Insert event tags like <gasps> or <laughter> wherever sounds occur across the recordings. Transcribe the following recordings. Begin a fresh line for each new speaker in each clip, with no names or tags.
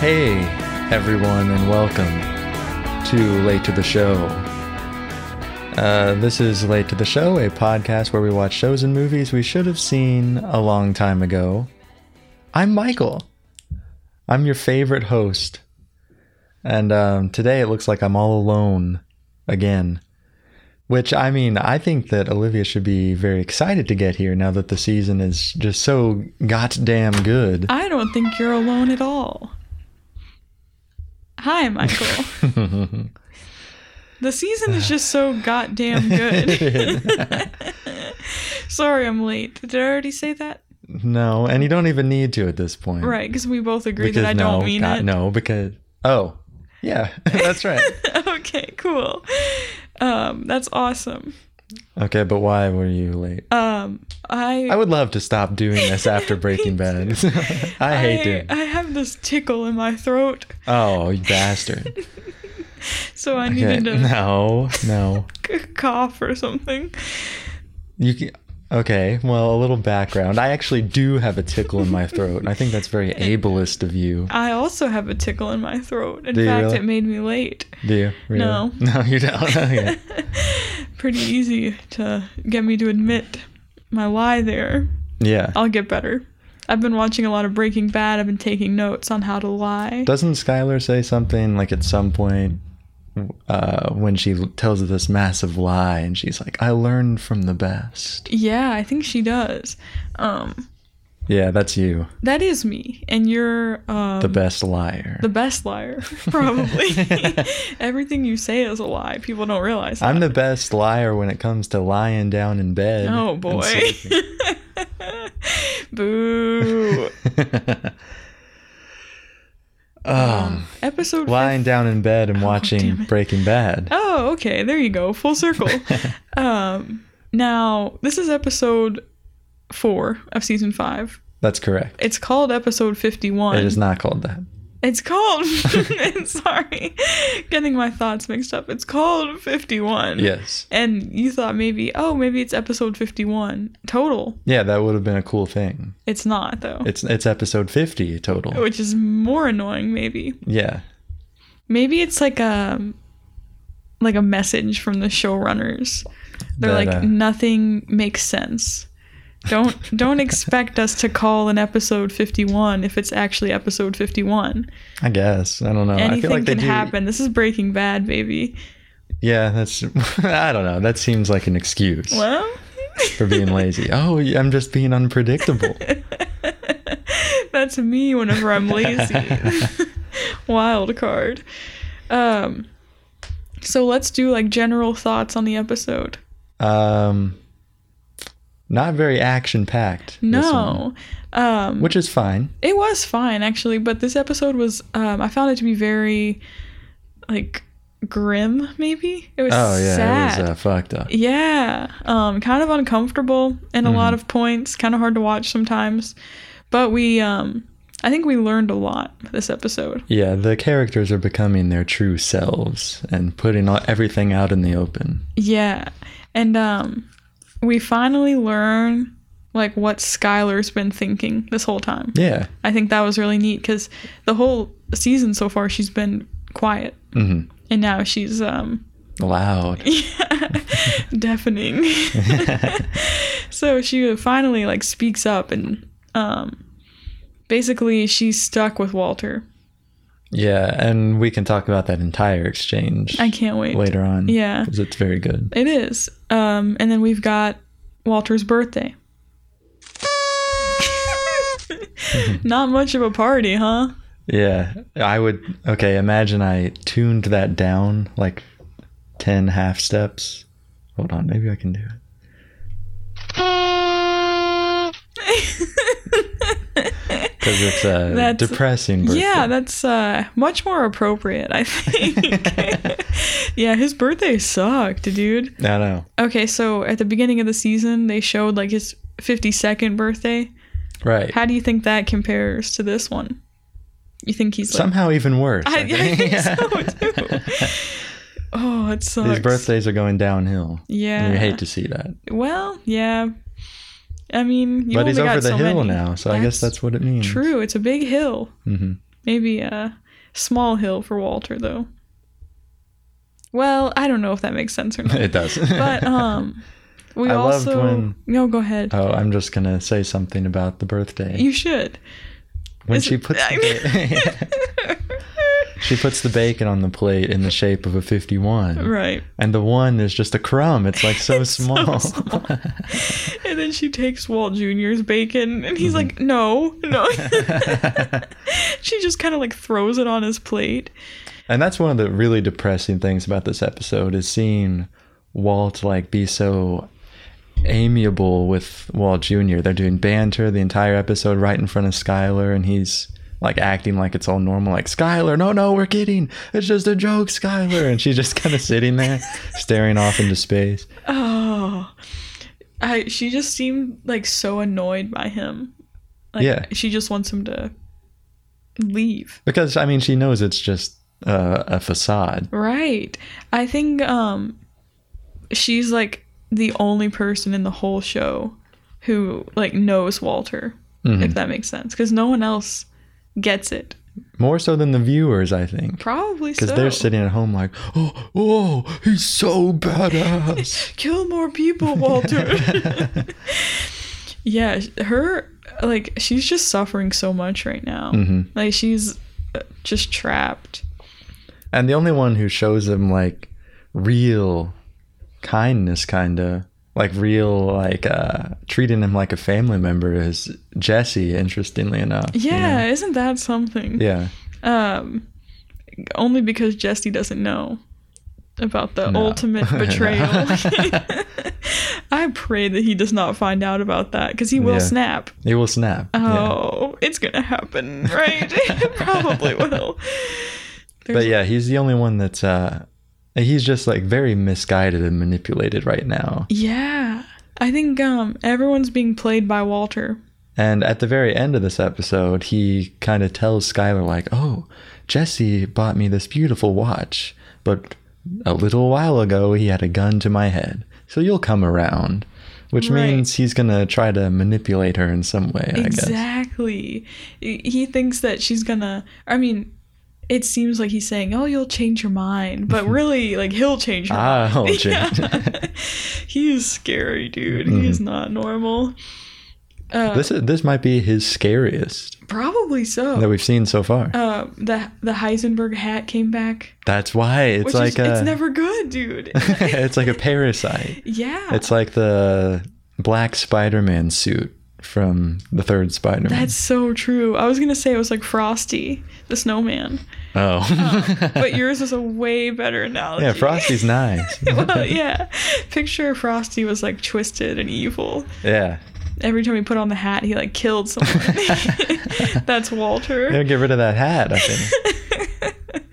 Hey, everyone, and welcome to Late to the Show. Uh, this is Late to the Show, a podcast where we watch shows and movies we should have seen a long time ago. I'm Michael. I'm your favorite host. And um, today it looks like I'm all alone again. Which, I mean, I think that Olivia should be very excited to get here now that the season is just so goddamn good.
<laughs> I don't think you're alone at all.
<laughs>
Hi, Michael. the season is just so
<laughs>
goddamn good. <laughs> Sorry, I'm late. Did I already say that?
No, and you don't even need to at this point.
Right, because we both agree
Because
that I
no,
don't mean
God,
it.
no, because oh, yeah, <laughs> that's right.
<laughs> okay, cool. Um, that's awesome.
okay, but why were you late?
Um, I
I would love to stop doing this after
<laughs>
Breaking Bad. <laughs> I hate it.
I have this tickle in my throat,
Oh, you
<laughs>
bastard!
so I
Okay,
needed to
no, no. <laughs>
c- cough or something.
You can, okay? Well, a little background. I actually do have a tickle in my throat, and I think that's
<laughs>
very ableist of you.
I also have a tickle in my throat. In
Do you
fact,
really? Oh,
it made
<laughs>
me late.
Do you? Really?
No.
<laughs> no, you don't. Okay.
<laughs> Pretty easy to get me to admit my lie there.
Yeah.
I'll get better. I've been watching a lot of Breaking Bad. I've been taking notes on how to lie.
Doesn't Skylar say something like at some point uh, when she l- tells this massive lie and she's like, I learned from the best?
Yeah, I think she does. Um,
Yeah, that's you,
that is me, and you're um,
the best liar.
the best liar, <laughs>
<laughs>
probably. Everything you say is a lie. People don't realize. That.
I'm the best liar when it comes to lying down in bed. <laughs>
oh
and
boy. <laughs>
sleeping.
Boo.
um,
Episode
lying down in bed and
Oh, damn
watching
it.
Breaking
<laughs>
Bad.
Oh, okay. There you go.
<laughs>
Full circle. um, now, this is episode four of season five.
That's correct.
It's called episode 51.
It is not called that. <laughs>
It's called. <laughs> sorry. Getting my thoughts mixed up. It's called 51.
Yes.
And you thought maybe, oh, maybe it's episode 51 total.
Yeah, that would have been a cool thing.
It's not, though.
It's it's episode 50 total.
which is more annoying, maybe.
Yeah.
Maybe it's like a like a message from the showrunners. They're
That,
like
uh,
nothing makes sense.
<laughs>
Don't don't expect us to call an episode 51 if it's actually episode 51.
I guess. I don't know. I feel
Anything
like they
can
do.
happen. This is Breaking Bad, baby.
Yeah, that's. <laughs> I don't know. That seems like an excuse
Well,
for <laughs> being
<laughs>
lazy. Oh, I'm just being unpredictable.
that's me whenever
<laughs>
I'm lazy. <laughs> Wild card. Um so let's do like general thoughts on the episode.
Um, not very action packed.
No. Um
which is fine.
it was fine actually but this episode was um i found it to be very like grim maybe it was
Oh yeah,
sad
it was uh, fucked up.
yeah um kind of uncomfortable in a
Mm-hmm.
lot of points kind of hard to watch sometimes but we um i think we learned a lot this episode
Yeah, the characters are becoming their true selves and putting all, everything out in the open.
yeah and um we finally learn like what skylar's been thinking this whole time
Yeah.
i think that was really neat because the whole season so far she's been quiet
hmm
and now she's um <laughs>
Loud. <laughs>
yeah, <laughs> deafening so she finally like speaks up and um basically she's stuck with walter
Yeah, and we can talk about that entire exchange
i can't wait
later on.
yeah
because it's very good.
it is um and then we've got walter's birthday <laughs> not much of a party huh <laughs>
Yeah, I would. Okay, imagine I tuned that down like 10 half steps. Hold on, maybe I can do it. Because it's a
<laughs> That's-
depressing birthday.
yeah that's uh much more appropriate i think <laughs> yeah his birthday sucked dude
I know.
Okay, so at the beginning of the season, they showed like his 52nd birthday.
Right.
How do you think that compares to this one? You think he's
<laughs>
like.
Somehow even worse.
I, <laughs> I
<laughs>
think
Yeah.
so too. oh, it sucks.
These birthdays are going downhill.
Yeah.
And you hate to see that.
Well, yeah. I mean, you
but he's
only
over
got
the
so
hill
many.
now, so I guess that's what it means.
True, it's a big hill.
hmm
Maybe uh, Small Hill for Walter, though. Well, I don't know if that makes sense or
<laughs>
not.
<laughs> It does.
but um, we
I loved
also
when-
no, go ahead.
oh, I'm just gonna say something about the birthday.
you should.
when
Is-
she puts
I
the ba- <laughs> she puts the bacon on the plate in the shape of a 51,
<laughs> right.
and the one is just a crumb. It's like so
<laughs> It's so
small.
small. And then she takes Walt Jr.'s bacon, and
Mm-hmm.
he's like, "No,
<laughs>
no." <laughs> she just kind of like throws it on his plate.
<laughs> and that's one of the really depressing things about this episode is seeing Walt like be so amiable with Walt Jr. They're doing banter the entire episode right in front of Skylar, and he's like acting like it's all normal, like Skylar, no, no, we're kidding. It's just a joke, Skylar. And she's just kind of sitting
<laughs>
there, staring off into space.
Oh, I. She just seemed like so annoyed by him. Like,
Yeah.
She just wants him to leave.
Because I mean, she knows it's just uh, a facade.
Right. I think um she's like the only person in the whole show who like knows Walter, if that makes sense, cuz no one else gets it.
More so than the viewers, I think.
Probably so.
Because they're sitting at home like, oh, oh, he's so
<laughs>
badass.
Kill more
<laughs>
people, Walter. <laughs> yeah, her like she's just suffering so much right now.
Mhm.
Like she's uh, just trapped.
and the only one who shows him like real kindness, kind of like real, like uh, treating him like a family member is Jesse, interestingly
<laughs>
enough. you
Yeah,
know?
isn't that something?
Yeah.
Um, only because Jesse doesn't know about the
No.
<laughs> ultimate betrayal. I pray that he does not find out about that because he will
Yeah.
snap.
He will snap. Yeah.
Oh, it's gonna happen, right? <laughs> Probably will.
But yeah, he's the only one that's, uh, he's just like very misguided and manipulated right now.
Yeah, I think um everyone's being played by Walter.
And at the very end of this episode, he kind of tells Skylar, like, oh, Jesse bought me this beautiful watch, but a little while ago he had a gun to my head. So you'll come around. Which
Right.
means he's going to try to manipulate her in some way, I guess.
Exactly. He he thinks that she's gonna. I mean, it seems like he's saying, "Oh, you'll change your
<laughs>
mind," but really, like he'll change your
Ah,
<laughs>
<laughs>
mind.
he'll change. <laughs>
Yeah. he's scary, dude. He's not normal. Uh,
Mm-hmm. This, is, this might be his scariest
probably so.
that we've seen so far.
uh, the the Heisenberg hat came back,
That's why it's
which
like
is
a
it's never good, dude.
<laughs> it's like a parasite.
<laughs> yeah,
It's like the black Spider-Man suit from the third Spider-Man.
that's so true. I was gonna say it was like Frosty the Snowman,
oh,
but yours is a way better analogy.
yeah, Frosty's nice.
<laughs> well, yeah. Picture Frosty was like twisted and evil.
<laughs> Yeah.
Every time he put on the hat, he like killed someone. <laughs> That's Walter.
They'll get rid of that hat, I think.
<laughs>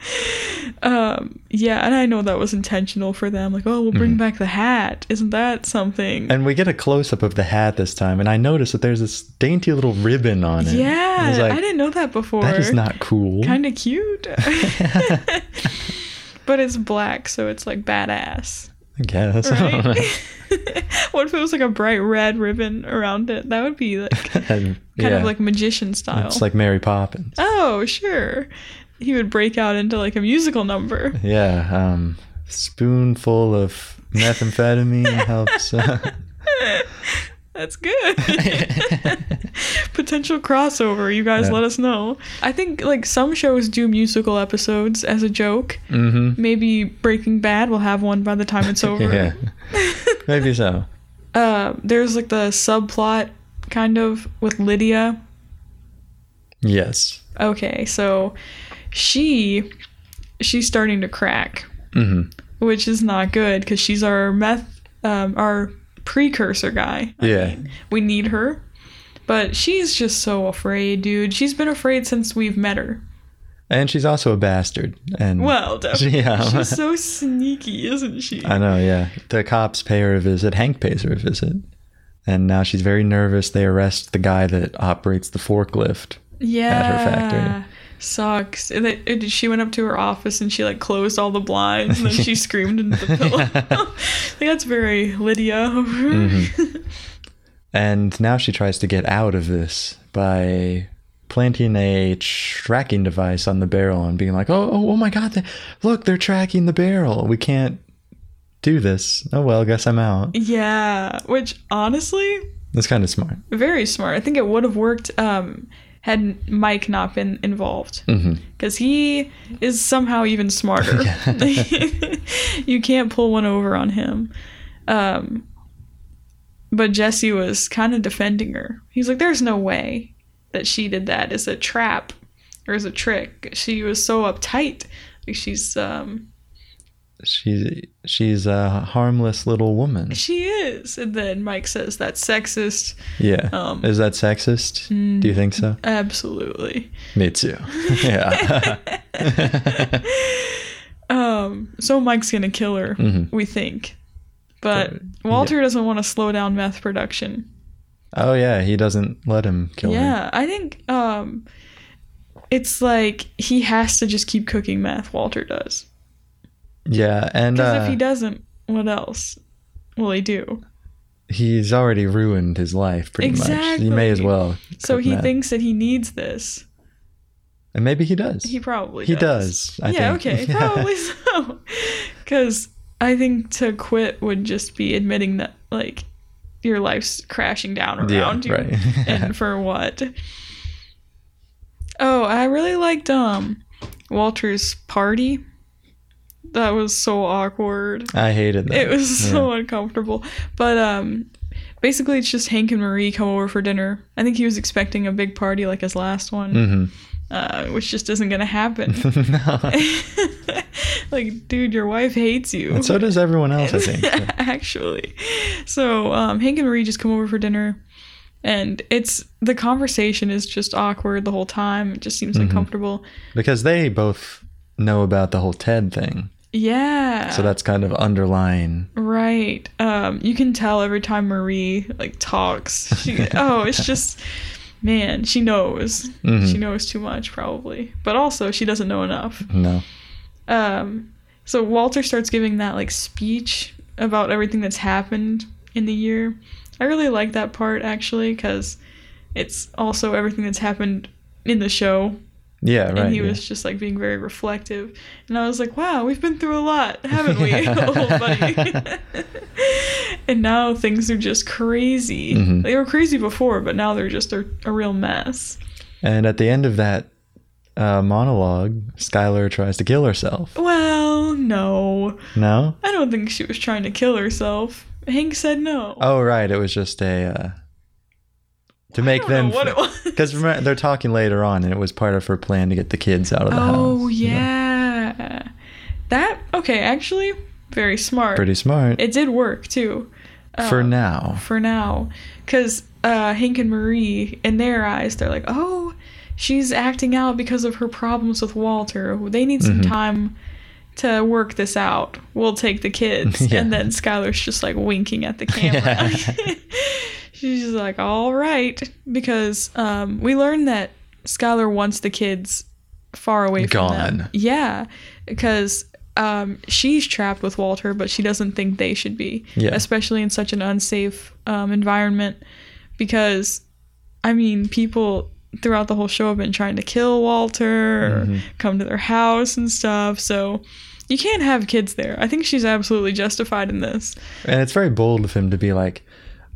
Um, yeah, and I know that was intentional for them. Like, oh, we'll bring back the hat. Isn't that something?
Mm-hmm. and we get a close up of the hat this time, and I notice that there's this dainty little ribbon on it. And I
yeah,
was like,
I didn't know that before.
that is not cool.
kind of
<laughs>
cute. <laughs> but it's black, so it's like badass.
I guess. I don't
Right? <laughs>
know. <laughs>
what if it was like a bright red ribbon around it? That would be like kind
And, <laughs> yeah,
of like magician style.
it's like Mary Poppins.
Oh, sure. He would break out into like a musical number.
Yeah. Um, spoonful of methamphetamine
<laughs>
helps. <laughs> uh,
That's good. <laughs> Potential crossover, you guys
Yeah.
let us know. I think like some shows do musical episodes as a joke.
mm-hmm.
Maybe Breaking Bad will have one by the time it's
<laughs>
over.
Yeah.
<laughs>
Maybe so.
Uh, there's like the subplot kind of with Lydia.
Yes.
Okay, so she she's starting to crack.
hmm
which is not good because she's our meth, um, our precursor guy. I
Yeah.
mean, we need her, but she's just so afraid, dude. She's been afraid since we've met her.
And she's also a bastard. And <laughs>
Well, definitely.
Yeah.
she's so sneaky, isn't she?
I know, yeah. The cops pay her a visit. Hank pays her a visit. And now she's very nervous. They arrest the guy that operates the forklift.
yeah.
factory.
Sucks. And it, it- she went up to her office and she like closed all the blinds and then
<laughs>
she screamed into the pillow. <laughs> like that's very Lydia. <laughs>
Mm-hmm. And now she tries to get out of this by planting a tracking device on the barrel and being like, "Oh, oh, oh my God! They, look, they're tracking the barrel. We can't do this. Oh well, guess I'm out."
Yeah, which honestly,
That's kind of smart.
very smart. I think it would have worked um, had Mike not been involved
Mhm.
because he is somehow even smarter. <laughs> you can't pull one over on him. Um, but Jesse was kind of defending her. He's like, "There's no way that she did that. It's a trap or it's a trick." She was so uptight. Like she's um,
She's she's a harmless little woman.
she is. And then Mike says, "That's sexist."
Yeah.
Um,
Is that sexist? Do you think so?
Absolutely.
Me
<laughs>
too. <laughs> Yeah.
Um, so Mike's gonna kill her,
Mhm.
we think. But
But-
Walter doesn't want to slow down meth production.
oh yeah, he doesn't let him kill her.
yeah, I think um it's like he has to just keep cooking meth, Walter does.
Yeah, and
Because
uh,
if he doesn't, what else will he do?
he's already ruined his life pretty much. He may as
Exactly.
well.
So
cook
he
meth.
thinks that he needs this.
and maybe he does.
He probably
He
does.
does. I
yeah,
think. <laughs>
okay, probably so. Because I think to quit would just be admitting that like your life's crashing down
Yeah,
around you,
right.
<laughs> and for what? Oh, I really liked um Walter's party. That was so awkward.
<laughs> I hated that.
It was so uncomfortable. But um basically it's just Hank and Marie come over for dinner. I think he was expecting a big party like his last one,
<laughs>
uh, which just isn't gonna happen. <laughs>
Mm-hmm.
like, dude, your wife hates you.
so does everyone else, I
<laughs>
think.
Actually. So um, Hank and Marie just come over for dinner. And it's the conversation is just awkward the whole time. It just seems uncomfortable.
Because they both know about the whole Ted thing.
Yeah.
So that's kind of underlying.
right. Um, you can tell every time Marie like talks. She, oh, it's just man, she knows.
Mhm.
She knows too much probably. But also she doesn't know enough.
No.
um so walter starts giving that like speech about everything that's happened in the year i really like that part actually because it's also everything that's happened in the show
Yeah, right.
and he
yeah.
was just like being very reflective and i was like wow we've been through a
<laughs>
lot haven't we <laughs> old buddy <laughs> and now things are just crazy
Mhm.
they were crazy before but now they're just a, a real mess
And at the end of that uh, monologue, Skylar tries to kill herself.
well no
No?
i don't think she was trying to kill herself hank said no
Oh, right. It was just a. Uh, to make
I
them.
don't know what it was.
Because remember, they're talking later on, and it was part of her plan to get the kids out of the house.
<laughs> Oh
you know?
yeah. that okay. Actually, very smart.
Pretty smart.
It did work too.
for
uh,
now.
For now, because uh, Hank and Marie, in their eyes, they're like, oh, she's acting out because of her problems with Walter. They need
Mm-hmm.
some time to work this out. We'll take the kids.
<laughs> Yeah.
And then Skylar's just like winking at
<laughs>
the camera. <laughs> She's just like, all right, because um, we learned that Skylar wants the kids far away from
Gone.
them. Yeah, because um, she's trapped with Walter, but she doesn't think they should be,
Yeah.
especially in such an unsafe um, environment. Because, I mean, people throughout the whole show have been trying to kill Walter, or come to their house and stuff. So you can't have kids there. I think she's absolutely justified in this.
And it's very bold of him to be like,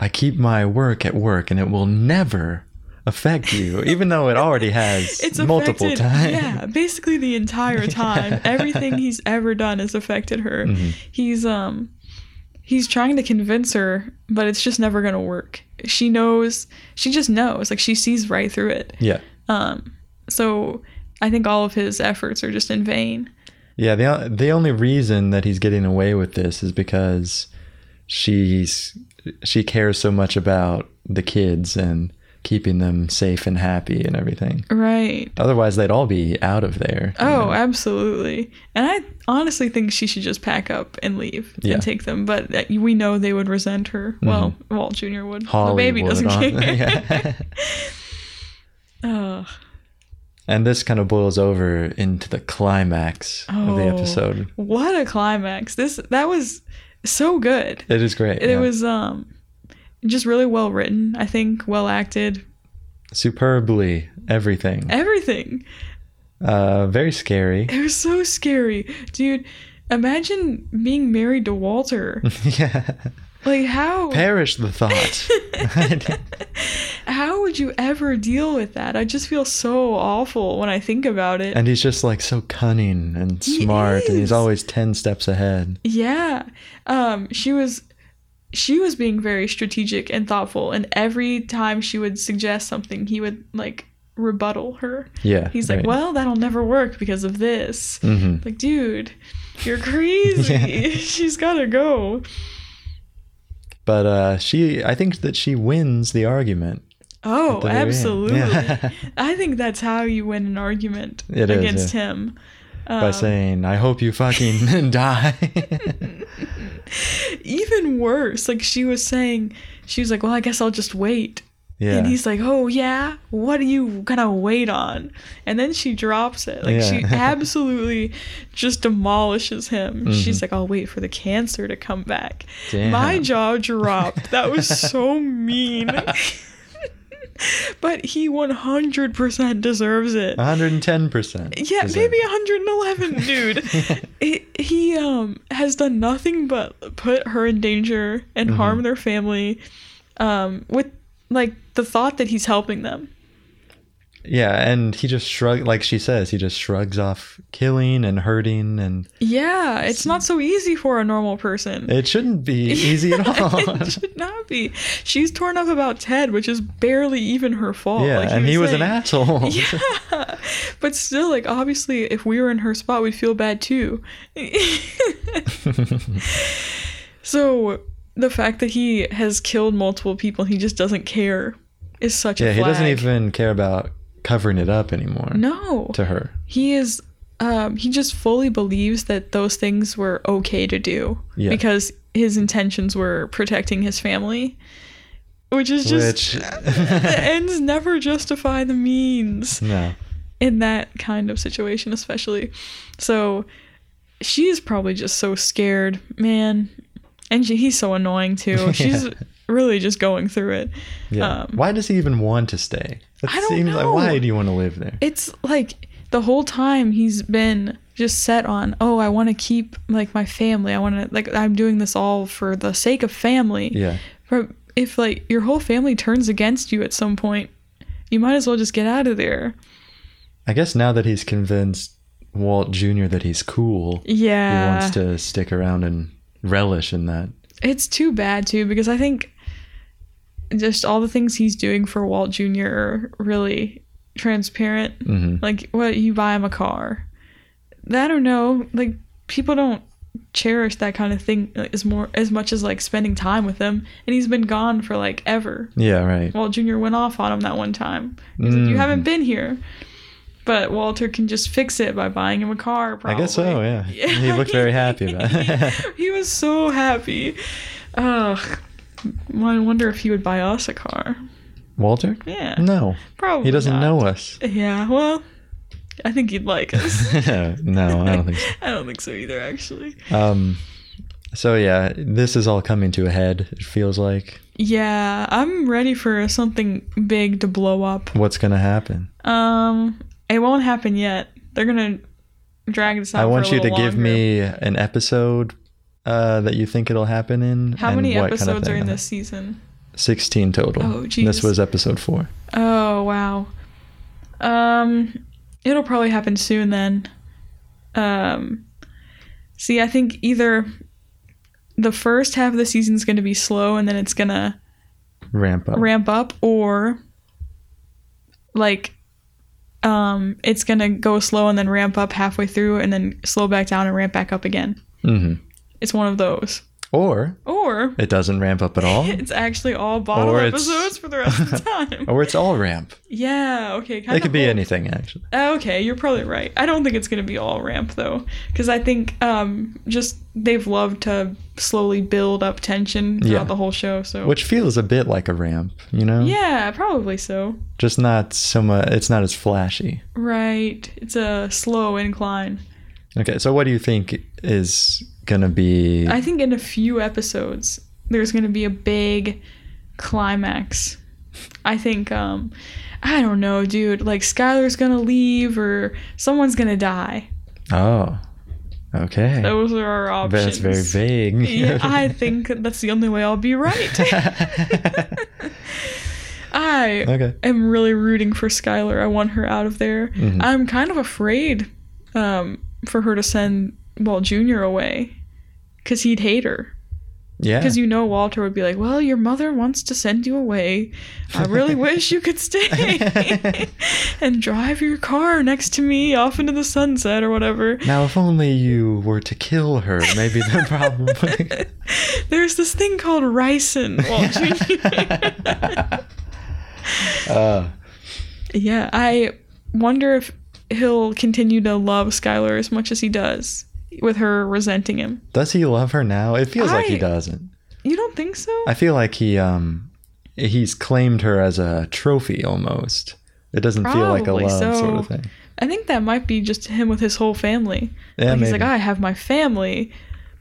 I keep my work at work and it will never affect you, even though it already has
<laughs> it's
multiple
affected,
times.
Yeah, basically the entire time, everything he's ever done has affected her.
Mm-hmm.
He's um, he's trying to convince her, but it's just never gonna work. She knows. She just knows. Like she sees right through it.
<laughs> Yeah.
Um, so I think all of his efforts are just in vain.
Yeah, the the only reason that he's getting away with this is because she's she cares so much about the kids and keeping them safe and happy and everything.
Right.
Otherwise, they'd all be out of there. you
Oh,
know?
absolutely. And I honestly think she should just pack up and leave
Yeah. Mm-hmm.
and take them. But uh, we know they would resent her. Well, Walt Jr. would.
Holly
the baby
would
doesn't
all-
care.
<laughs> Yeah.
Ugh.
And this kind of boils over into the climax of the
Oh.
episode.
what a climax this that was so good
It is great. yeah.
it was um just really well written i think well acted
superbly everything.
Everything.
Uh, very scary. <laughs>
It was so scary. Dude, imagine being married to Walter.
yeah.
Like,
<laughs>
how?
Perish the thought.
<laughs> how would you ever deal with that? I just feel so awful when I think about it.
and he's just like so cunning and
He
smart, and he's
is.
always 10 steps ahead.
yeah. Um, she was she was being very strategic and thoughtful and every time she would suggest something, he would like rebuttal her.
Yeah.
He's like,
right.
"Well, that'll never work because of this."
Mhm.
Like, dude,
<laughs>
you're crazy.
Yeah.
<laughs> She's got to go.
But uh, she, I think that she wins the argument. at
Oh,
the very end.
absolutely.
Yeah. <laughs>
I think that's how you win an argument
It is,
against him. Um,
By saying, I hope you
<laughs>
fucking <laughs> die.
even worse, like she was saying, she was like, "Well, I guess I'll just wait."
yeah.
And he's like, "Oh yeah, what are you gonna wait on?" And then she drops it. Like she
Yeah. <laughs>
absolutely just demolishes him.
Mhm.
She's like, "I'll wait for the cancer to come back."
Damn.
My jaw dropped. That was
<laughs>
so mean. <laughs> but he 100% deserves it.
110%.
yeah,
is
maybe
it. <laughs>
111, dude. he, he um has done nothing but put her in danger
Mm-hmm.
and harm their family um with like the thought that he's helping them.
Yeah, and he just shrugs, like she says, he just shrugs off killing and hurting, and
Yeah, it's not so easy for a normal <laughs> person.
it shouldn't be easy
<laughs>
at all.
it should not be. She's torn up about Ted, which is barely even her fault.
yeah,
like
and he was an
saying.
asshole.
<laughs> Yeah. But still, like, obviously, if we were in her spot, we'd feel bad too. <laughs>
<laughs>
so the fact that he has killed multiple people, he just doesn't care, is such
Yeah,
a
he
flag.
doesn't even care about covering it up anymore
No.
to her.
He is. Um, he just fully believes that those things were okay to do
Yeah.
because his intentions were protecting his family, which is
Which, <laughs>
just <laughs> the <laughs> ends never justify the means.
no.
in that kind of situation especially so she's probably just so scared man and she, he's so annoying too
<laughs>
she's
Yeah.
really just going through it
Yeah.
Um,
why does he even want to stay? That
I don't
seems like
know.
why do you want to live there?
it's like the whole time he's been just set on oh i want to keep like my family i want to like i'm doing this all for the sake of family
yeah.
but if like your whole family turns against you at some point you might as well just get out of there
I guess now that he's convinced Walt Jr. that he's cool, he
yeah
wants to stick around and relish in that.
It's too bad too because I think just all the things he's doing for Walt Jr. are really transparent.
hmm
Like what you buy him a car. I don't know. Like people don't cherish that kind of thing as more as much as like spending time with him. And he's been gone for like ever.
Yeah, right.
Walt Jr. went off on him that one time. He's like,
Mhm.
"You haven't been here." But Walter can just fix it by buying him a car.
I
Probably.
guess so, yeah.
<laughs>
He looked very happy about it. <laughs>
he was so happy. Ugh. Well, I wonder if he would buy us a car.
Walter?
Yeah.
No.
Probably.
He doesn't
not.
know
<laughs>
us. <laughs>
Yeah, well, I think he'd like us.
no, I don't think so.
<laughs> I don't think so either, actually.
Um, so yeah, this is all coming to a head. It feels like
Yeah, I'm ready for something big to blow up.
what's gonna happen.
Um, it won't happen yet. They're gonna drag this out.
I want
Um, for a
you to
little
give
longer.
me an episode uh, that you think it'll happen in.
How
and
many
what kind of
episodes are
thing.
in this season?
Sixteen total.
Oh,
This
Jesus.
was episode four.
Oh wow. Um, it'll probably happen soon then. Um, see, I think either the first half of the season's going to be slow and then it's going to
Ramp up.
ramp up, or like, um, it's going to go slow and then ramp up halfway through and then slow back down and ramp back up again.
hmm
It's one of those.
Or
Or
it doesn't ramp up at all.
<laughs> it's actually all bottle
Or it's-
episodes for the
<laughs>
rest of the time.
or it's all ramp.
yeah, okay. Kind
It could be anything actually.
Okay, you're probably right. I don't think it's going to be all ramp though, because I think um, just they've loved to slowly build up tension throughout
Yeah.
the whole show. So
Which uh, feels a bit like a ramp, you know?
yeah, probably so.
Just not so much. It's not as flashy.
Right, it's a slow incline.
Okay, so what do you think is gonna be?
I think in a few episodes there's going to be a big climax. I think um, I don't know, dude, like Skylar's gonna leave or someone's gonna die.
Oh, okay.
Those are our
Oh, That's
options.
very vague.
<laughs> Yeah,
<laughs>
I think that's the only way I'll be right. I
<laughs> okay.
am really rooting for Skylar. I want her out of there.
Mhm.
I'm kind of afraid um, for her to send Walt Jr. away because he'd hate her.
Yeah.
Because you know Walter would be like, "Well, your mother wants to send you away. I
<laughs>
really wish you could stay and drive your car next to me off into the sunset or whatever."
Now, if only you were to kill her, maybe
<laughs>
the problem. would-
There's this thing called ricin,
<laughs>
Walt <laughs> Jr.
uh,
yeah, I wonder if he'll continue to love Skylar as much as he does with her resenting him.
does he love her now? It feels like he
I-
doesn't.
You don't think so?
I feel like he um he's claimed her as a trophy almost. It doesn't feel like a
Probably
love sort
so.
of thing.
I think that might be just him with his whole family.
Yeah,
like, "Ah." he's
maybe.
like, I have my family,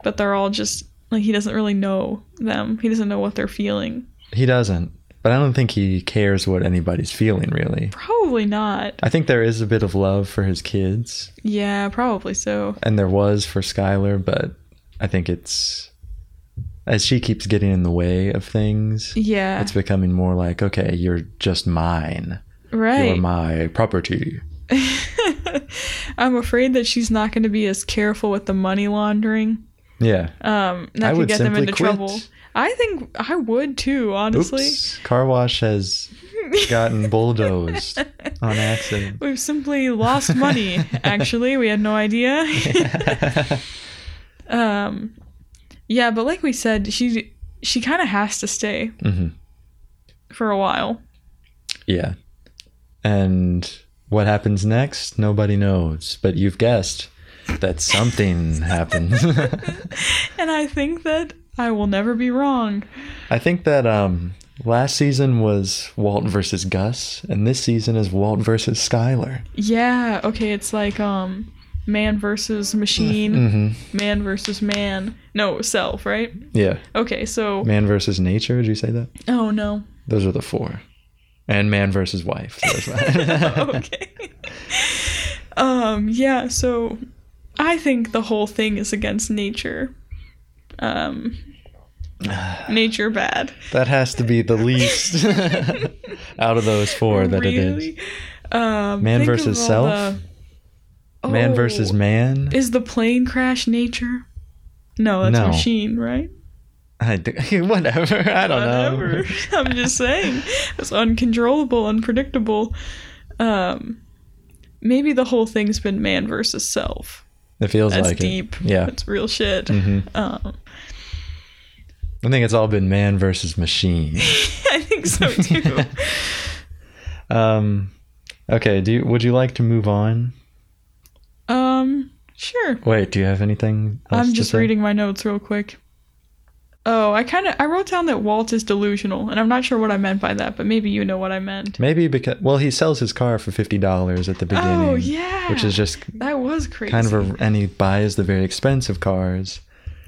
but they're all just like he doesn't really know them. He doesn't know what they're feeling.
He doesn't. But I don't think he cares what anybody's feeling really.
Probably not.
I think there is a bit of love for his kids,
Yeah, probably so.
and there was for Skylar, but I think it's as she keeps getting in the way of things,
Yeah,
it's becoming more like, okay, you're just mine. You're
right.
my property.
<laughs> I'm afraid that she's not going to be as careful with the money laundering.
Yeah.
Um, that
I
could
would
get them
simply
into
quit.
trouble. I think I would too, honestly.
Oops. Car wash has
<laughs>
gotten bulldozed on accident.
We've simply
<laughs>
lost money. Actually, we had no idea. <laughs>
Mm-hmm.
um, yeah, but like we said, she she kind of has to stay
hmm
for a while.
Yeah. And what happens next? Nobody knows, but you've guessed that something
<laughs>
happens.
And I think that I will never be wrong.
I think that um last season was Walt versus Gus, and this season is Walt versus Skylar.
Yeah. Okay. It's like um, man versus machine,
hmm
man versus man. No, self. Right.
Yeah.
Okay. So.
Man versus nature, did you say that?
Oh
<laughs>
no.
Those are the four. And man versus wife.
<laughs>
There's <laughs> that.
okay. um, yeah, so I think the whole thing is against nature. Um,
<sighs>
nature bad.
that has to be the
<laughs>
least out of those four that it is.
Really? Um,
Man
think of
versus
all
self?
the-
Man
Oh,
versus man.
Is the plane crash nature? No, that's
No.
machine, right?
I do, <laughs> whatever. I don't know.
Whatever. <laughs> I'm just saying. It's uncontrollable, unpredictable. Um, maybe the whole thing's been man versus self.
It feels
That's
like it.
deep.
Yeah.
That's real shit.
Mhm.
Um, <laughs>
I think it's all been man versus
<laughs>
machine.
I
<laughs>
think so too.
Um, okay. Do you, would you like to move on?
um, sure.
Wait. Do you have anything? Else
I'm
to
just
say?
reading my notes real quick. Oh, I kind of I wrote down that Walt is delusional, and I'm not sure what I meant by that, but maybe you know what I meant.
Maybe because well, he sells his car for fifty dollars at the beginning.
Oh yeah,
Which is just
that was crazy.
kind of a, and he buys the very expensive cars,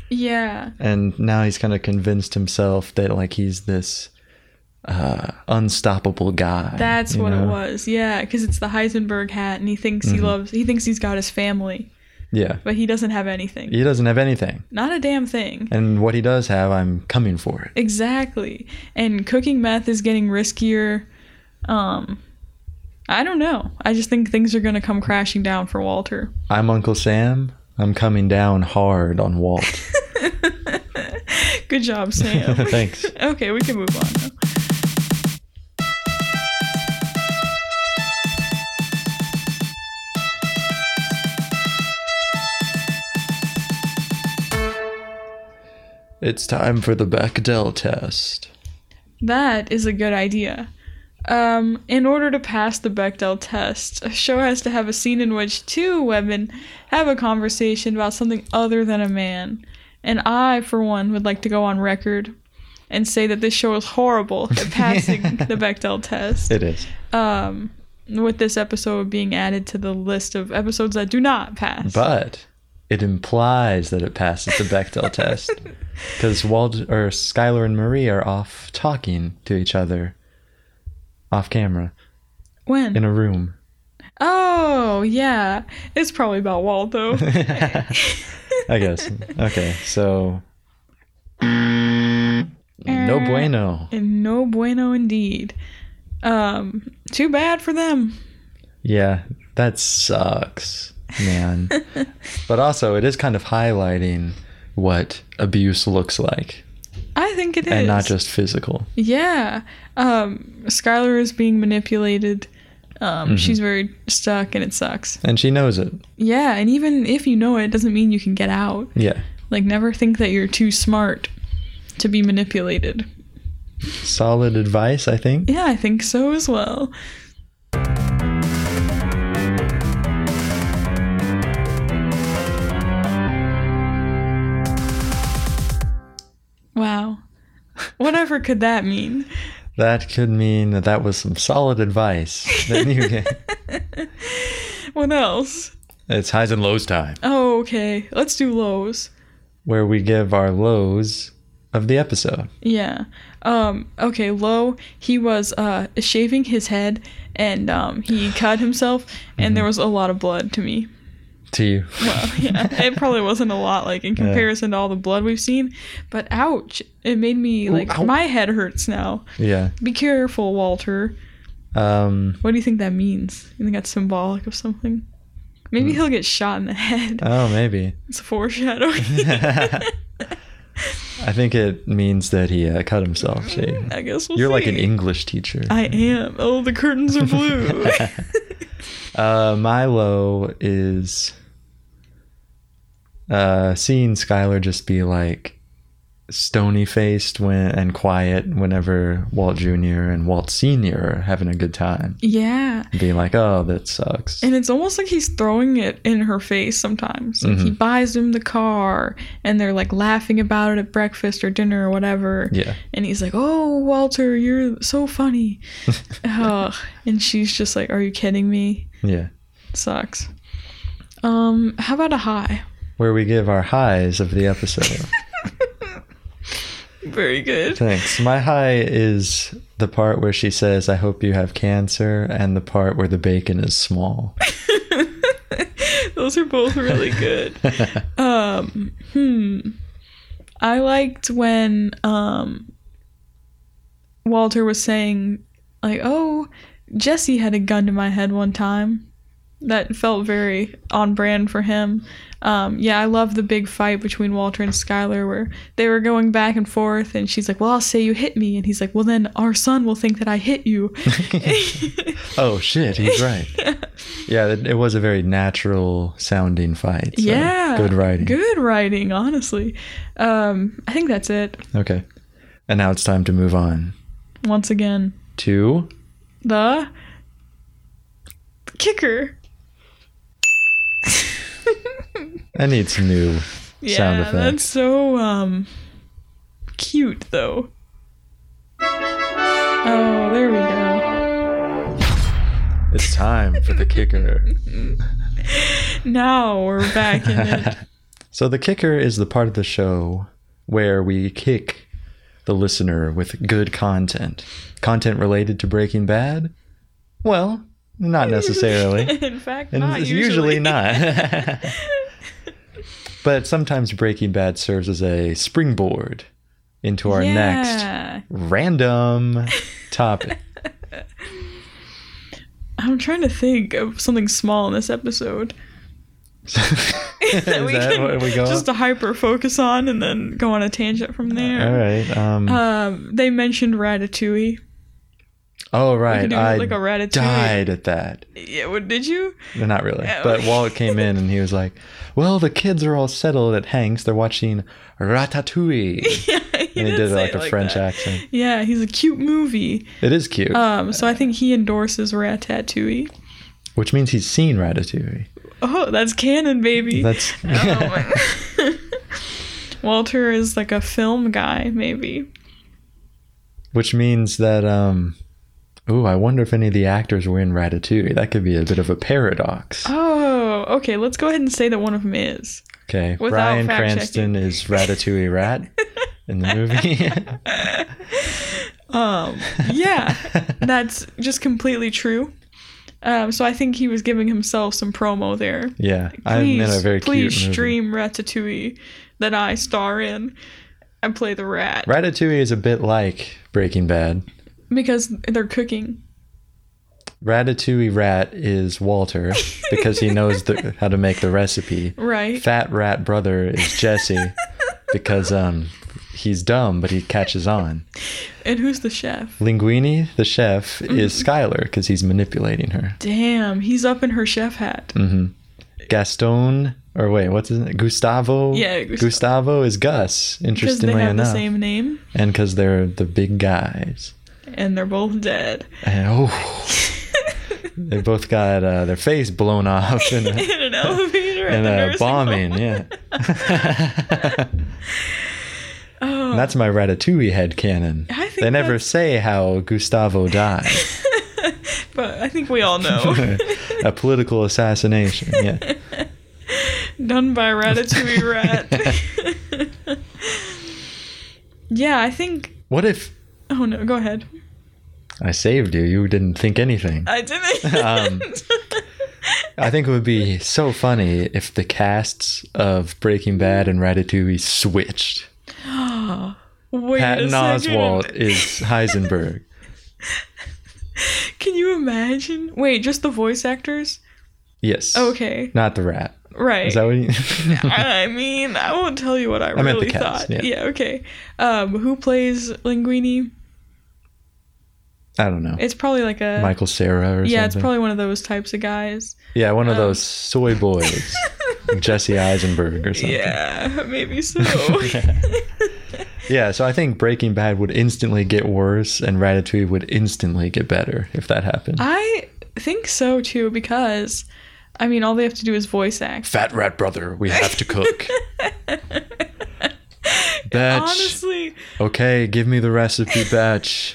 yeah,
and now he's kind of convinced himself that like he's this uh unstoppable guy.
that's
you
what it
know? Mm-hmm.
was. Yeah, because it's the Heisenberg hat, and he thinks he loves, he thinks he's got his family,
Yeah.
but he doesn't have anything,
He doesn't have anything,
not a damn thing.
and what he does have, I'm coming for it.
Exactly. And cooking meth is getting riskier. Um I don't know. I just think things are going to come crashing down for Walter. <laughs>
I'm Uncle Sam. I'm coming down hard on Walt. <laughs>
<laughs> Good job, Sam.
Thanks.
okay, we can move on. Now.
It's time for the Bechdel test.
That is a good idea. Um, in order to pass the Bechdel test, a show has to have a scene in which two women have a conversation about something other than a man. And I, for one, would like to go on record and say that this show is horrible
<laughs>
at passing the Bechdel test.
It is.
Um, with this episode being added to the list of episodes that do not pass.
But it implies that it passes the Bechdel test because Walt or Skylar and Marie are off talking to each other off camera.
When?
in a room. <laughs>
oh, yeah. It's probably
<laughs>
about Waldo.
I guess. Okay, so no
Eh.
bueno.
and no bueno indeed. Um, too bad for them.
Yeah, that sucks, man.
<laughs>
but also, it is kind of highlighting what abuse looks like,
I think it is.
and not just physical.
Yeah. Um, Skylar is being manipulated. Um,
Mm-hmm.
She's very stuck and it sucks.
And she knows it.
Yeah, and even if you know it, it doesn't mean you can get out.
Yeah,
Like, never think that you're too smart to be manipulated.
solid advice, I think.
Yeah, I think so as well. Wow. <laughs> Whatever could that mean?
That could mean that that was some solid advice. that
<laughs>
you get.
What else?
It's highs and lows time,
Oh, okay. Let's do lows.
where we give our lows of the episode.
Yeah. Um, okay, low, he was uh shaving his head and um he cut himself and there was a lot of blood to me.
To you.
Well, <laughs> yeah, it probably wasn't a lot, like in comparison to all the blood we've seen. But ouch, it made me like
ow.
my head hurts now.
<laughs> yeah.
Be careful, Walter.
Um,
What do you think that means? You think that's symbolic of something? Maybe he'll get shot in the head.
oh, maybe.
It's foreshadowing. <laughs>
I think it means that he uh, cut himself. Shane.
I guess we'll
Hmm. You're like an
see.
English teacher.
I am. Oh, the curtains are blue.
<laughs> Uh, Milo is uh, seeing Skylar just be like stony faced when and quiet whenever Walt Jr. and Walt Sr. are having a good time.
yeah.
Being like, oh, that sucks.
And it's almost like he's throwing it in her face sometimes. Like
Mm-hmm.
he buys him the car and they're like laughing about it at breakfast or dinner or whatever.
Yeah.
And he's like, "Oh, Walter, you're so
<laughs>
funny." Ugh. And she's just like, "Are you kidding me?"
Yeah.
Sucks. Um, how about a high?
Where we give our highs of the episode.
Very
<laughs>
good.
Thanks. My high is the part where she says, I hope you have cancer, and the part where the bacon is small. <laughs>
Those are both really good. um, hmm. I liked when um, Walter was saying, like, oh, Jesse had a gun to my head one time. That felt very on brand for him. Um, yeah, I love the big fight between Walter and Skylar where they were going back and forth, and she's like, Well, I'll say you hit me. And he's like, Well, then our son will think that I
<laughs>
hit you. <laughs>
oh, shit, he's right. Yeah, it, it was a very natural sounding fight. so
yeah.
Good writing.
Good writing, honestly. Um, I think that's it.
Okay. And now it's time to move on
Once again,
to
the kicker.
I need some new.
Yeah,
Sound
that's
effects.
so um cute though. Oh, there we go.
It's time for the
<laughs>
kicker.
Now we're back in it.
So the kicker is the part of the show where we kick the listener with good content. Content related to Breaking Bad? Well, not <laughs> necessarily.
<laughs> in fact,
And
not
it's
usually.
usually not.
<laughs>
but sometimes Breaking Bad serves as a springboard into our next
Yeah.
random
<laughs>
topic. <laughs>
I'm trying to think of something small in this episode
<laughs> is
that we
that
can
what we go?
just to hyper focus on and then go on a tangent from there.
All right. Um,
Um, they mentioned Ratatouille.
oh, right.
do
I
like a ratatouille.
died at that.
Yeah, what did you?
No, Not really.
Oh.
But Walt came in and he was like, Well, the kids are all settled at Hank's. They're watching Ratatouille.
<laughs> Yeah,
And he did
did say
like
it
a French
that.
accent.
Yeah, he's a cute movie.
It is cute,
Um, so I think he endorses Ratatouille.
which means he's seen Ratatouille.
Oh, that's canon, baby.
That's.
Oh my- <laughs> Walter is like a film guy, maybe.
which means that, um, ooh, I wonder if any of the actors were in Ratatouille. That could be a bit of a paradox.
Oh, okay. Let's go ahead and say that one of them is.
Okay.
Without
Brian
fact
Cranston is Ratatouille Rat in the movie. <laughs>
Um, yeah, that's just completely true. Um, so I think he was giving himself some promo there.
Yeah, I'm in
Please,
a very
please
cute movie.
stream Ratatouille that I star in and play the rat
Ratatouille is a bit like Breaking Bad.
because they're cooking.
Ratatouille rat is Walter because he knows the, how to make the recipe.
Right.
Fat rat brother is Jesse because um he's dumb but he catches on.
And who's the chef?
Linguini, the chef, is
Mm-hmm.
Skylar because he's manipulating her.
Damn, he's up in her chef hat.
hmm Gaston, or wait, what's his name? Gustavo.
Yeah,
Gustavo,
Gustavo.
is Gus.
Because they
Interestingly
have
enough,
the same name
and because they're the big guys.
and they're both dead.
And, oh,
<laughs>
they both got uh, their face blown off
<laughs>
in a, <laughs>
in an elevator at
in
the
a
nursing
uh, bombing.
home. <laughs>
Yeah,
Oh.
And <laughs> that's my Ratatouille head cannon.
I think
They never
that's-
say how Gustavo
<laughs>
died.
but I think we all know.
<laughs> a political assassination.
<laughs>
Yeah.
Done by Ratatouille Rat.
<laughs>
<laughs> yeah, I think.
What if
Oh no, go ahead.
I saved you? You didn't think anything.
I
<laughs>
didn't.
Um, I think it would be so funny if the casts of Breaking Bad and Ratatouille switched.
<gasps> Wait a
Um, Patton
second.
Oswalt is Heisenberg.
Can you imagine? Wait, just the voice actors?
Yes.
Oh, Okay,
Not the rat.
right.
Is that what you?
I mean, I won't tell you what I,
meant the
really
cast,
thought.
yeah.
okay. Um, who plays Linguini?
<laughs> I don't know.
It's probably like a
Michael Sarah or
yeah, it's
something.
probably one of those types of guys.
yeah, one of
um,
those soy
<laughs>
boys, <laughs> Jesse Eisenberg or something.
Yeah,
<laughs>
maybe so.
Yeah, so I think Breaking Bad would instantly get worse and Ratatouille would instantly get better if that happened.
<laughs> I think so too because I mean all they have to do is voice act. <laughs>
Fat rat brother, we have to cook. Batch.
Honestly,
Okay, give me the
<laughs>
recipe batch.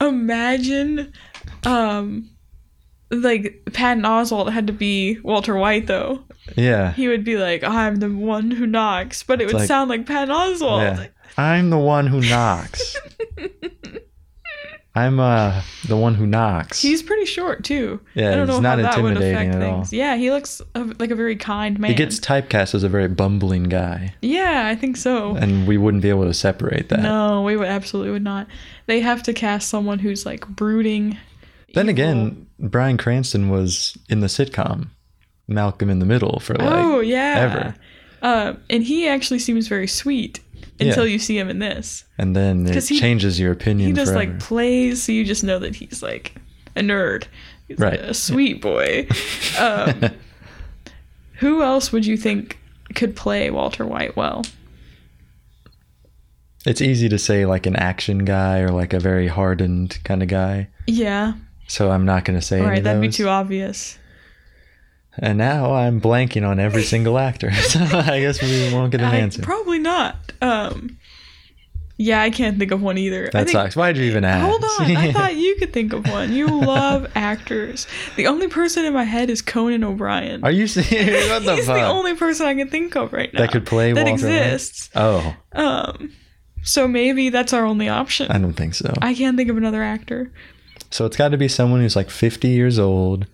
imagine um like Patton Oswald had to be Walter White though.
Yeah.
He would be like, I'm the one who knocks, but it would
like-
sound like Patton Oswald.
Yeah. I'm the one who
<laughs>
knocks. I'm uh the one who knocks.
He's pretty short too.
Yeah,
I don't
he's
know
not
how that would
intimidating
affect
at all.
things. Yeah, he looks a, like a very kind man.
he gets typecast as a very bumbling guy,
yeah, I think so.
and we wouldn't be able to separate that.
No, we would absolutely would not. They have to cast someone who's like brooding.
then
evil.
again, Brian Cranston was in the sitcom Malcolm in the Middle for like
oh yeah,
ever.
Uh, and he actually seems very sweet
Yeah.
until you see him in this.
and then it
'Cause he-
changes your opinion
He just
forever.
like plays, so you just know that he's like a nerd. He's
Right.
a
<laughs>
sweet boy. <laughs> Um, who else would you think could play Walter White well?
it's easy to say like an action guy or like a very hardened kind of guy.
Yeah,
So I'm not going to say
All
any
right,
of
that'd be
those.
too obvious.
And now I'm blanking on every single actor. <laughs> So I guess we won't get an
I-
answer.
Probably not. Um, yeah, I can't think of one either. I
that
think,
sucks. Why'd you even ask?
Hold
<laughs>
on, I thought you could think of one. You love actors. The only person in my head is Conan O'Brien.
Are you serious? What the
He's
fuck?
the only person I can think of right now
That could play
that
Walter White?
exists.
oh,
Um, so maybe that's our only option.
I don't think so.
I can't think of another actor.
So it's got to be someone who's like 50 years old.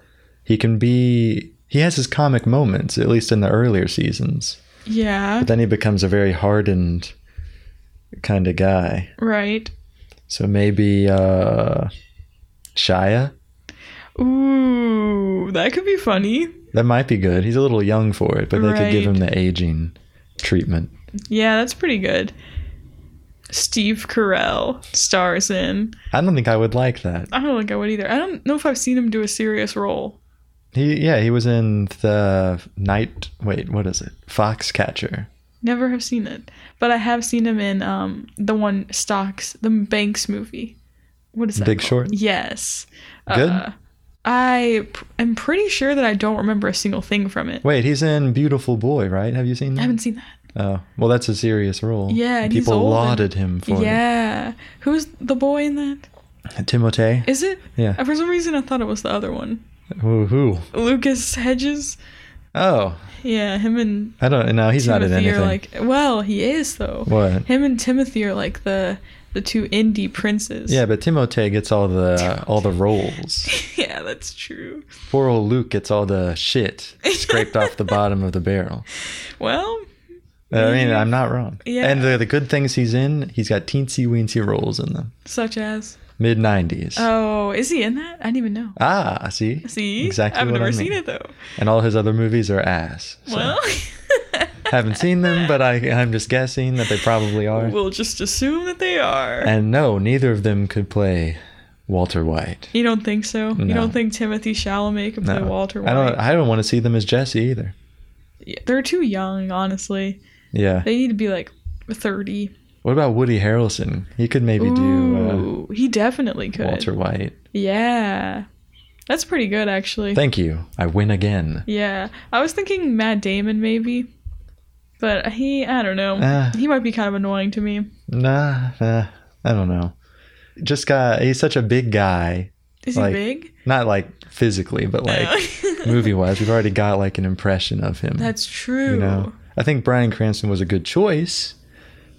He can be. He has his comic moments, at least in the earlier seasons.
Yeah,
But then he becomes a very hardened kind of guy.
right.
So maybe uh, Shia.
Ooh, that could be funny.
That might be good. He's a little young for it, but they could give
Right.
him the aging treatment.
Yeah, that's pretty good. Steve Carell stars in.
I don't think I would like that.
I don't think I would either. I don't know if I've seen him do a serious role.
He yeah, he was in the night. Wait, what is it? Foxcatcher.
Never have seen it, but I have seen him in um the one Stocks, the Banks movie. What is that?
Big
called?
Short?
Yes. Uh,
Good?
I p- am pretty sure that I don't remember a single thing from it.
Wait, he's in Beautiful Boy, right? Have you seen
I
that?
haven't seen that.
Oh, well, that's a serious role.
Yeah, and he's
people
old and-
lauded him for
yeah. Who's the boy in that?
it. Timotei.
Is it?
Yeah.
Uh, For some reason, I thought it was the other one,
Who? who?
Lucas Hedges.
Oh,
Yeah, him and
I don't. No, he's not in
Timothy
anything.
are like. Well, he is though.
what?
Him and Timothy are like the the two indie princes.
Yeah, but Timotei gets all the all the rolls.
<laughs> yeah, that's true.
Poor old Luke gets all the
<laughs>
shit scraped off the bottom of the barrel.
Well,
I mean, I'm not wrong.
Yeah.
And the, the good things he's in, he's got teensy weensy rolls in them.
such as
Mid 90s.
oh, is he in that? I didn't even know.
ah, see?
See,
Exactly
I've
what I
never
mean.
seen it though.
And all his other movies are ass. So.
Well,
<laughs> Haven't seen
<laughs>
them, but I, I'm just guessing that they probably are.
we'll just assume that they are.
And no, neither of them could play Walter White.
you don't think so?
No.
You don't think Timothy Chalamet could play
No.
Walter White?
I don't. I don't want to see them as Jesse either.
Yeah, They're too young, honestly.
Yeah.
They need to be like 30.
What about Woody Harrelson? He could maybe do
Ooh, he definitely
uh,
could.
Walter White.
Yeah. That's pretty good, actually.
Thank you. I win again.
yeah. I was thinking Matt Damon, maybe. But he, I don't know.
Ah.
he might be kind of annoying to me.
Nah, nah, I don't know. Just got. He's such a big guy.
Is
Like,
he big?
Not like physically, but like
<laughs>
movie wise. We've already got like an impression of him.
That's true.
you know. I think Brian Cranston was a good choice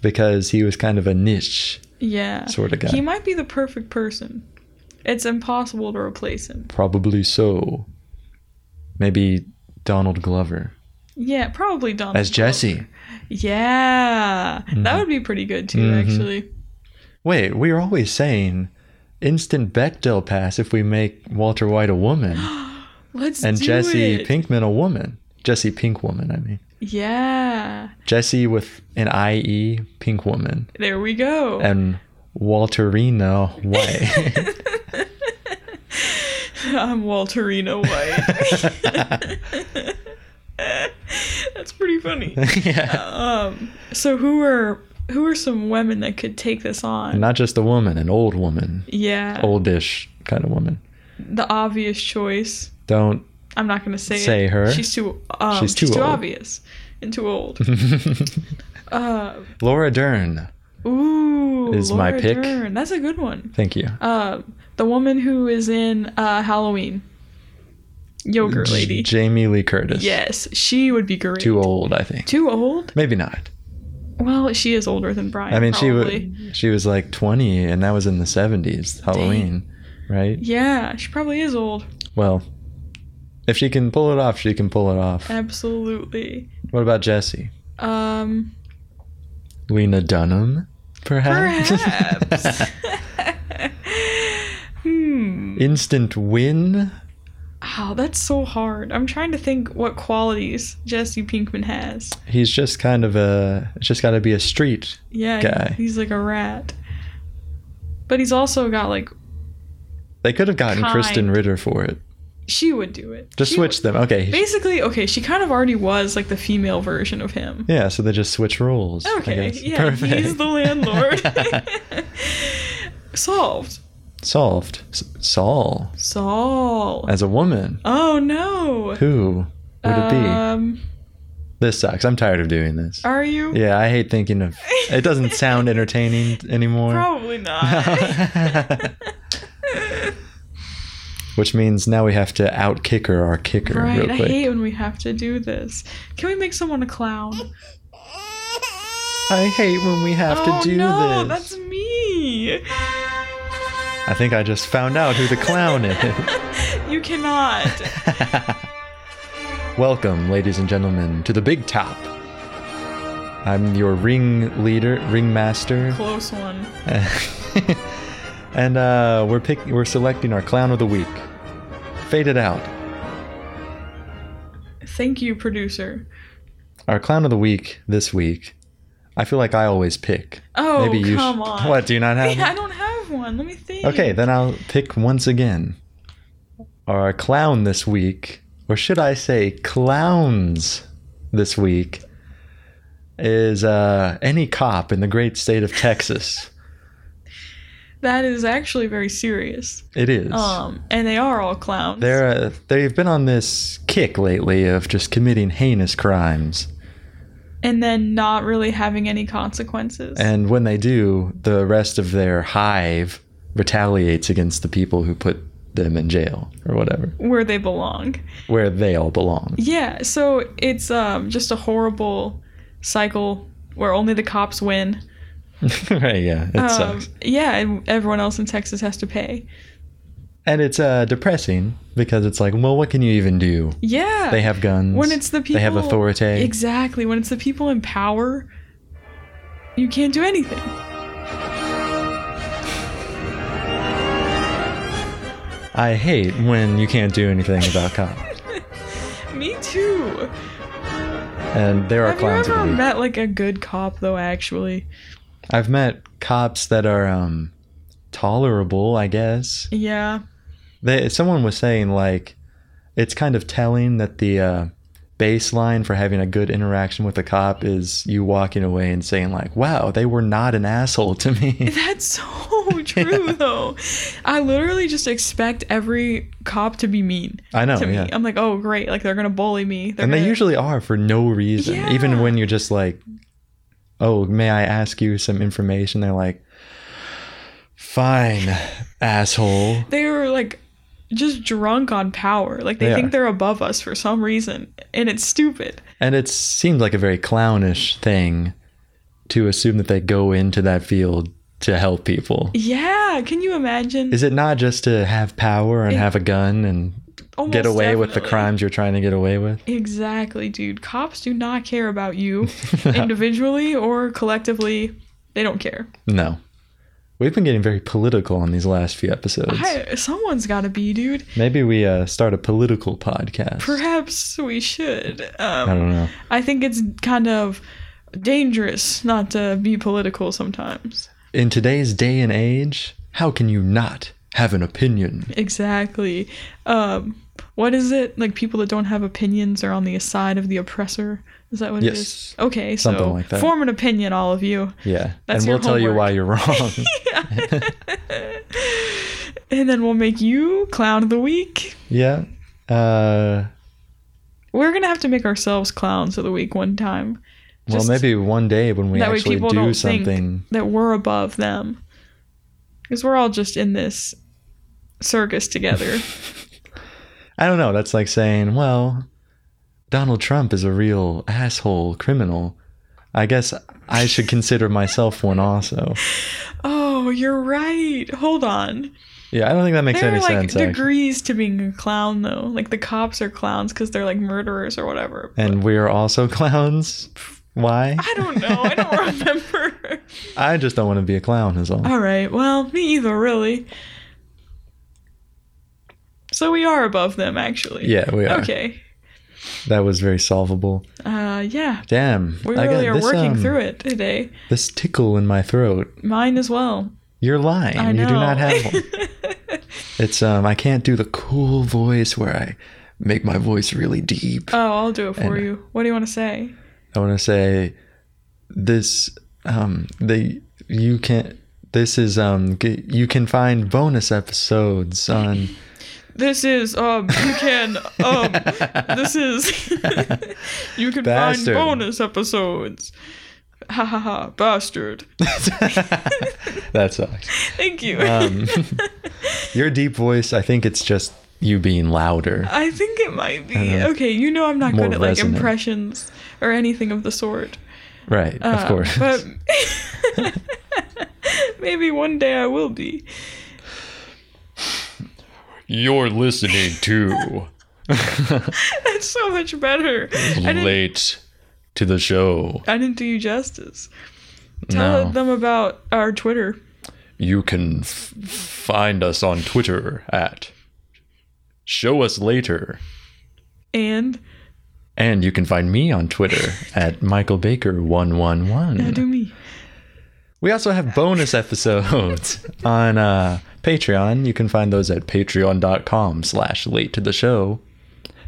because he was kind of a niche
Yeah.
sort of guy.
Uh, He might be the perfect person. It's impossible to replace him.
Probably so. Maybe Donald Glover
Yeah, probably Donald.
as Jesse. Mm-hmm.
Yeah. That would be pretty good too,
Mhm.
actually.
Wait, we were always saying instant Bechdel pass if we make Walter White a
<gasps>
woman
Let's
and
do
Jesse
it.
Pinkman a woman. Jesse Pink woman, I mean.
Yeah.
Jesse with an IE Pink woman
There we go.
and Walterina White.
<laughs> I'm Walterina White. <laughs> That's pretty funny.
yeah.
Um, so who are who are some women that could take this on?
<laughs> Not just a woman, an old woman,
yeah,
oldish kind of woman.
the obvious choice.
Don't <laughs>
I'm not gonna say it.
Say her.
She's too. Um,
She's
she's
too
too,
old.
obvious and too old. uh,
Laura Dern.
ooh,
Is my
Laura
pick.
Dern. That's a good one.
Thank you.
Um, the woman who is in uh, Halloween, yogurt
J-
lady.
Jamie Lee Curtis.
Yes, she would be great.
Too old, I think.
Too old?
Maybe not.
Well, she is older than Brian.
I mean, she
probably.
was she was like 20, and that was in the 70s, Halloween, right?
Yeah, she probably is old.
Well, if she can pull it off, she can pull it off.
Absolutely.
What about Jesse?
Um,
Lena Dunham, perhaps. <laughs>
perhaps. <laughs> hmm.
Instant win.
Oh, that's so hard. I'm trying to think what qualities Jesse Pinkman has.
He's just kind of a. It's just got to be a street.
Yeah,
Guy.
he's like a rat. But he's also got like
They could have gotten
Kind.
Kristen Ritter for it.
she would do it.
Just
She
switch them. Okay.
would- Basically, okay, she kind of already was like the female version of him.
Yeah, so they just switch roles. I
Okay,
guess.
yeah, he's the
<laughs>
landlord. Solved.
Solved. S- Saul
Solved.
as a woman.
Oh no.
Uh, Who would it be?
Um,
This sucks. I'm tired of doing this.
are you?
Yeah, I hate thinking of. It doesn't
<laughs>
sound entertaining anymore. <laughs>
Probably not.
Which means now we have to outkick her our kicker
right,
real
I
quick.
hate when we have to do this. Can we make someone a clown?
I hate when we have
oh
to do
no,
this.
that's me.
I think I just found out who the clown is. <laughs>
You cannot.
Welcome, ladies and gentlemen, to the big top. I'm your ring leader, ringmaster, <laughs>
Close one.
and uh, we're pick we're selecting our clown of the week. Fade it out.
Thank you, producer.
Our clown of the week this week. I feel like I always pick.
Oh,
you.
come
sh-
on. <laughs>
What? Do you not have?
I don't have one. Let me think.
Okay, then I'll pick once again. Our clown this week, or should I say clowns this week, is uh, any cop in the great state of Texas.
That is actually very serious.
It is.
Um, and they are all clowns.
They're, uh, they've been on this kick lately of just committing heinous crimes.
and then not really having any consequences.
And when they do, the rest of their hive retaliates against the people who put them in jail or whatever,
where they belong.
where they all belong. <laughs>
Yeah, so it's um, just a horrible cycle where only the cops win
right, yeah, it
Um,
sucks.
yeah, and everyone else in Texas has to pay.
And it's uh, depressing because it's like, well, what can you even do?
Yeah.
They have guns.
when it's the people
they have authority.
Exactly. When it's the people in power, you can't do anything.
I hate when you can't do anything about cops.
Me too.
And there are
Have you
clowns of
ever
the week.
met like a good cop though? Actually,
I've met cops that are um, tolerable, I guess.
yeah.
They, someone was saying like, it's kind of telling that the uh, baseline for having a good interaction with a cop is you walking away and saying like, "Wow, they were not an asshole to me."
<laughs>
<laughs>
That's so true though. I literally just expect every cop to be mean
I know,
to me.
yeah.
I'm like, oh great, like they're gonna bully me. They're
and they
gonna-
usually are for no reason. Even
Yeah.
when you're just like, "Oh, may I ask you some information?" They're like, "Fine, asshole."
they were like just drunk on power. Like they
They
think
are.
they're above us for some reason, and it's stupid.
And it seemed like a very clownish thing to assume that they go into that field to help people.
Yeah, can you imagine?
Is it not just to have power and have a gun and
Almost
get away with the
definitely.
crimes you're trying to get away with?
Exactly, dude. Cops do not care
<laughs>
about you <laughs> individually or collectively. They don't care.
No. We've been getting very political on these last few episodes.
I, someone's got to be, dude.
Maybe we uh, start a political podcast.
Perhaps we should.
I
Um,
don't know.
I think it's kind of dangerous not to be political sometimes.
In today's day and age, how can you not have an opinion?
Exactly. Um, what is it? Like people that don't have opinions are on the side of the oppressor. Is that what
Yes.
it is? Okay, so
Something like that.
form an opinion, all of you. <laughs>
Yeah. and
That's your
we'll tell you
homework.
why you're
<laughs>
wrong. <laughs>
And then we'll make you clown of the week.
yeah. Uh,
We're gonna have to make ourselves clowns of the week one time.
well,
Just-
maybe one day when we
that way
actually
people
do
don't
something.
think- That we're above them, because we're all just in this circus together.
<laughs> I don't know. That's like saying, well, Donald Trump is a real asshole criminal. I guess I should consider myself one also.
oh, you're right. Hold on.
Yeah, I don't think that makes
There
any
are like
sense. actually.
degrees to being a clown, though. Like the cops are clowns because they're like murderers or whatever. but
And we are also <laughs> clowns. Why?
I don't know.
<laughs>
I don't remember.
I just don't want to be a clown, is all.
all right. Well, me either, really. So we are above them, actually.
Yeah, we are.
Okay.
That was very solvable.
Uh, yeah.
Damn.
We
I got
really are
this,
working
um,
through it today.
This tickle in my throat.
Mine as well.
You're lying.
I know.
You do not have
<laughs>
one. it's um I can't do the cool voice where I make my voice really deep.
oh, I'll do it for
And-
you. What do you want to say?
I want to say this um the you can this is um g you can find bonus episodes
<laughs>
on
This is um. You can um.
<laughs>
this is. you can
Bastard.
find bonus episodes. Ha ha ha! Bastard.
that sucks
Thank you.
um your deep voice I think it's just you being louder
<laughs> I think it might be
know.
okay. You know I'm not
More
good at
resonant.
like impressions or anything of the sort.
right
Uh,
of course <laughs>
But maybe one day I will be.
you're listening to
That's so much better. I didn't
late to the show
I didn't do you justice. Tell
No.
them about our Twitter.
you can f- find us on Twitter at show us later
And
And you can find me on
<laughs>
Twitter at Michael Baker one one
now
one.
do me.
We also have bonus
<laughs>
episodes on uh, Patreon. You can find those at patreon.com slash late to the show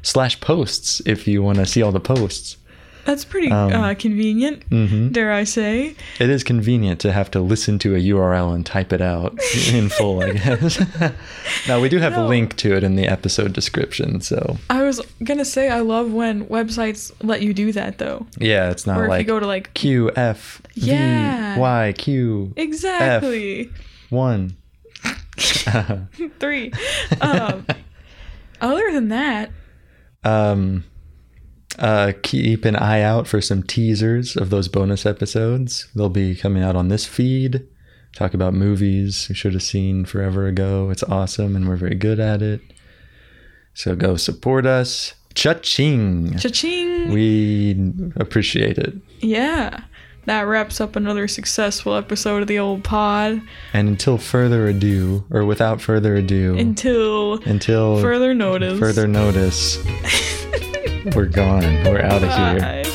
slash posts if you want to see all the posts.
That's pretty
Um,
uh, convenient,
mm-hmm.
dare I say.
It is convenient to have to listen to a URL and type it
<laughs>
out in full, I guess. <laughs> now we do have a
No.
link to it in the episode description, so
I was gonna say I love when websites let you do that though.
yeah, it's not
Or if
like
you go to like
Q F V
Yeah.
Y Q
exactly <laughs>
one.
Um,
<laughs>
three. Um, other than that,
Um, Uh, keep an eye out for some teasers of those bonus episodes. They'll be coming out on this feed. Talk about movies you should have seen forever ago. It's awesome, and we're very good at it. So go support us. Cha-ching.
Cha-ching.
We appreciate it.
yeah. That wraps up another successful episode of the old pod.
And until further ado, or without further ado,
Until
until
further notice.
further notice, we're gone. We're out of here.
Bye.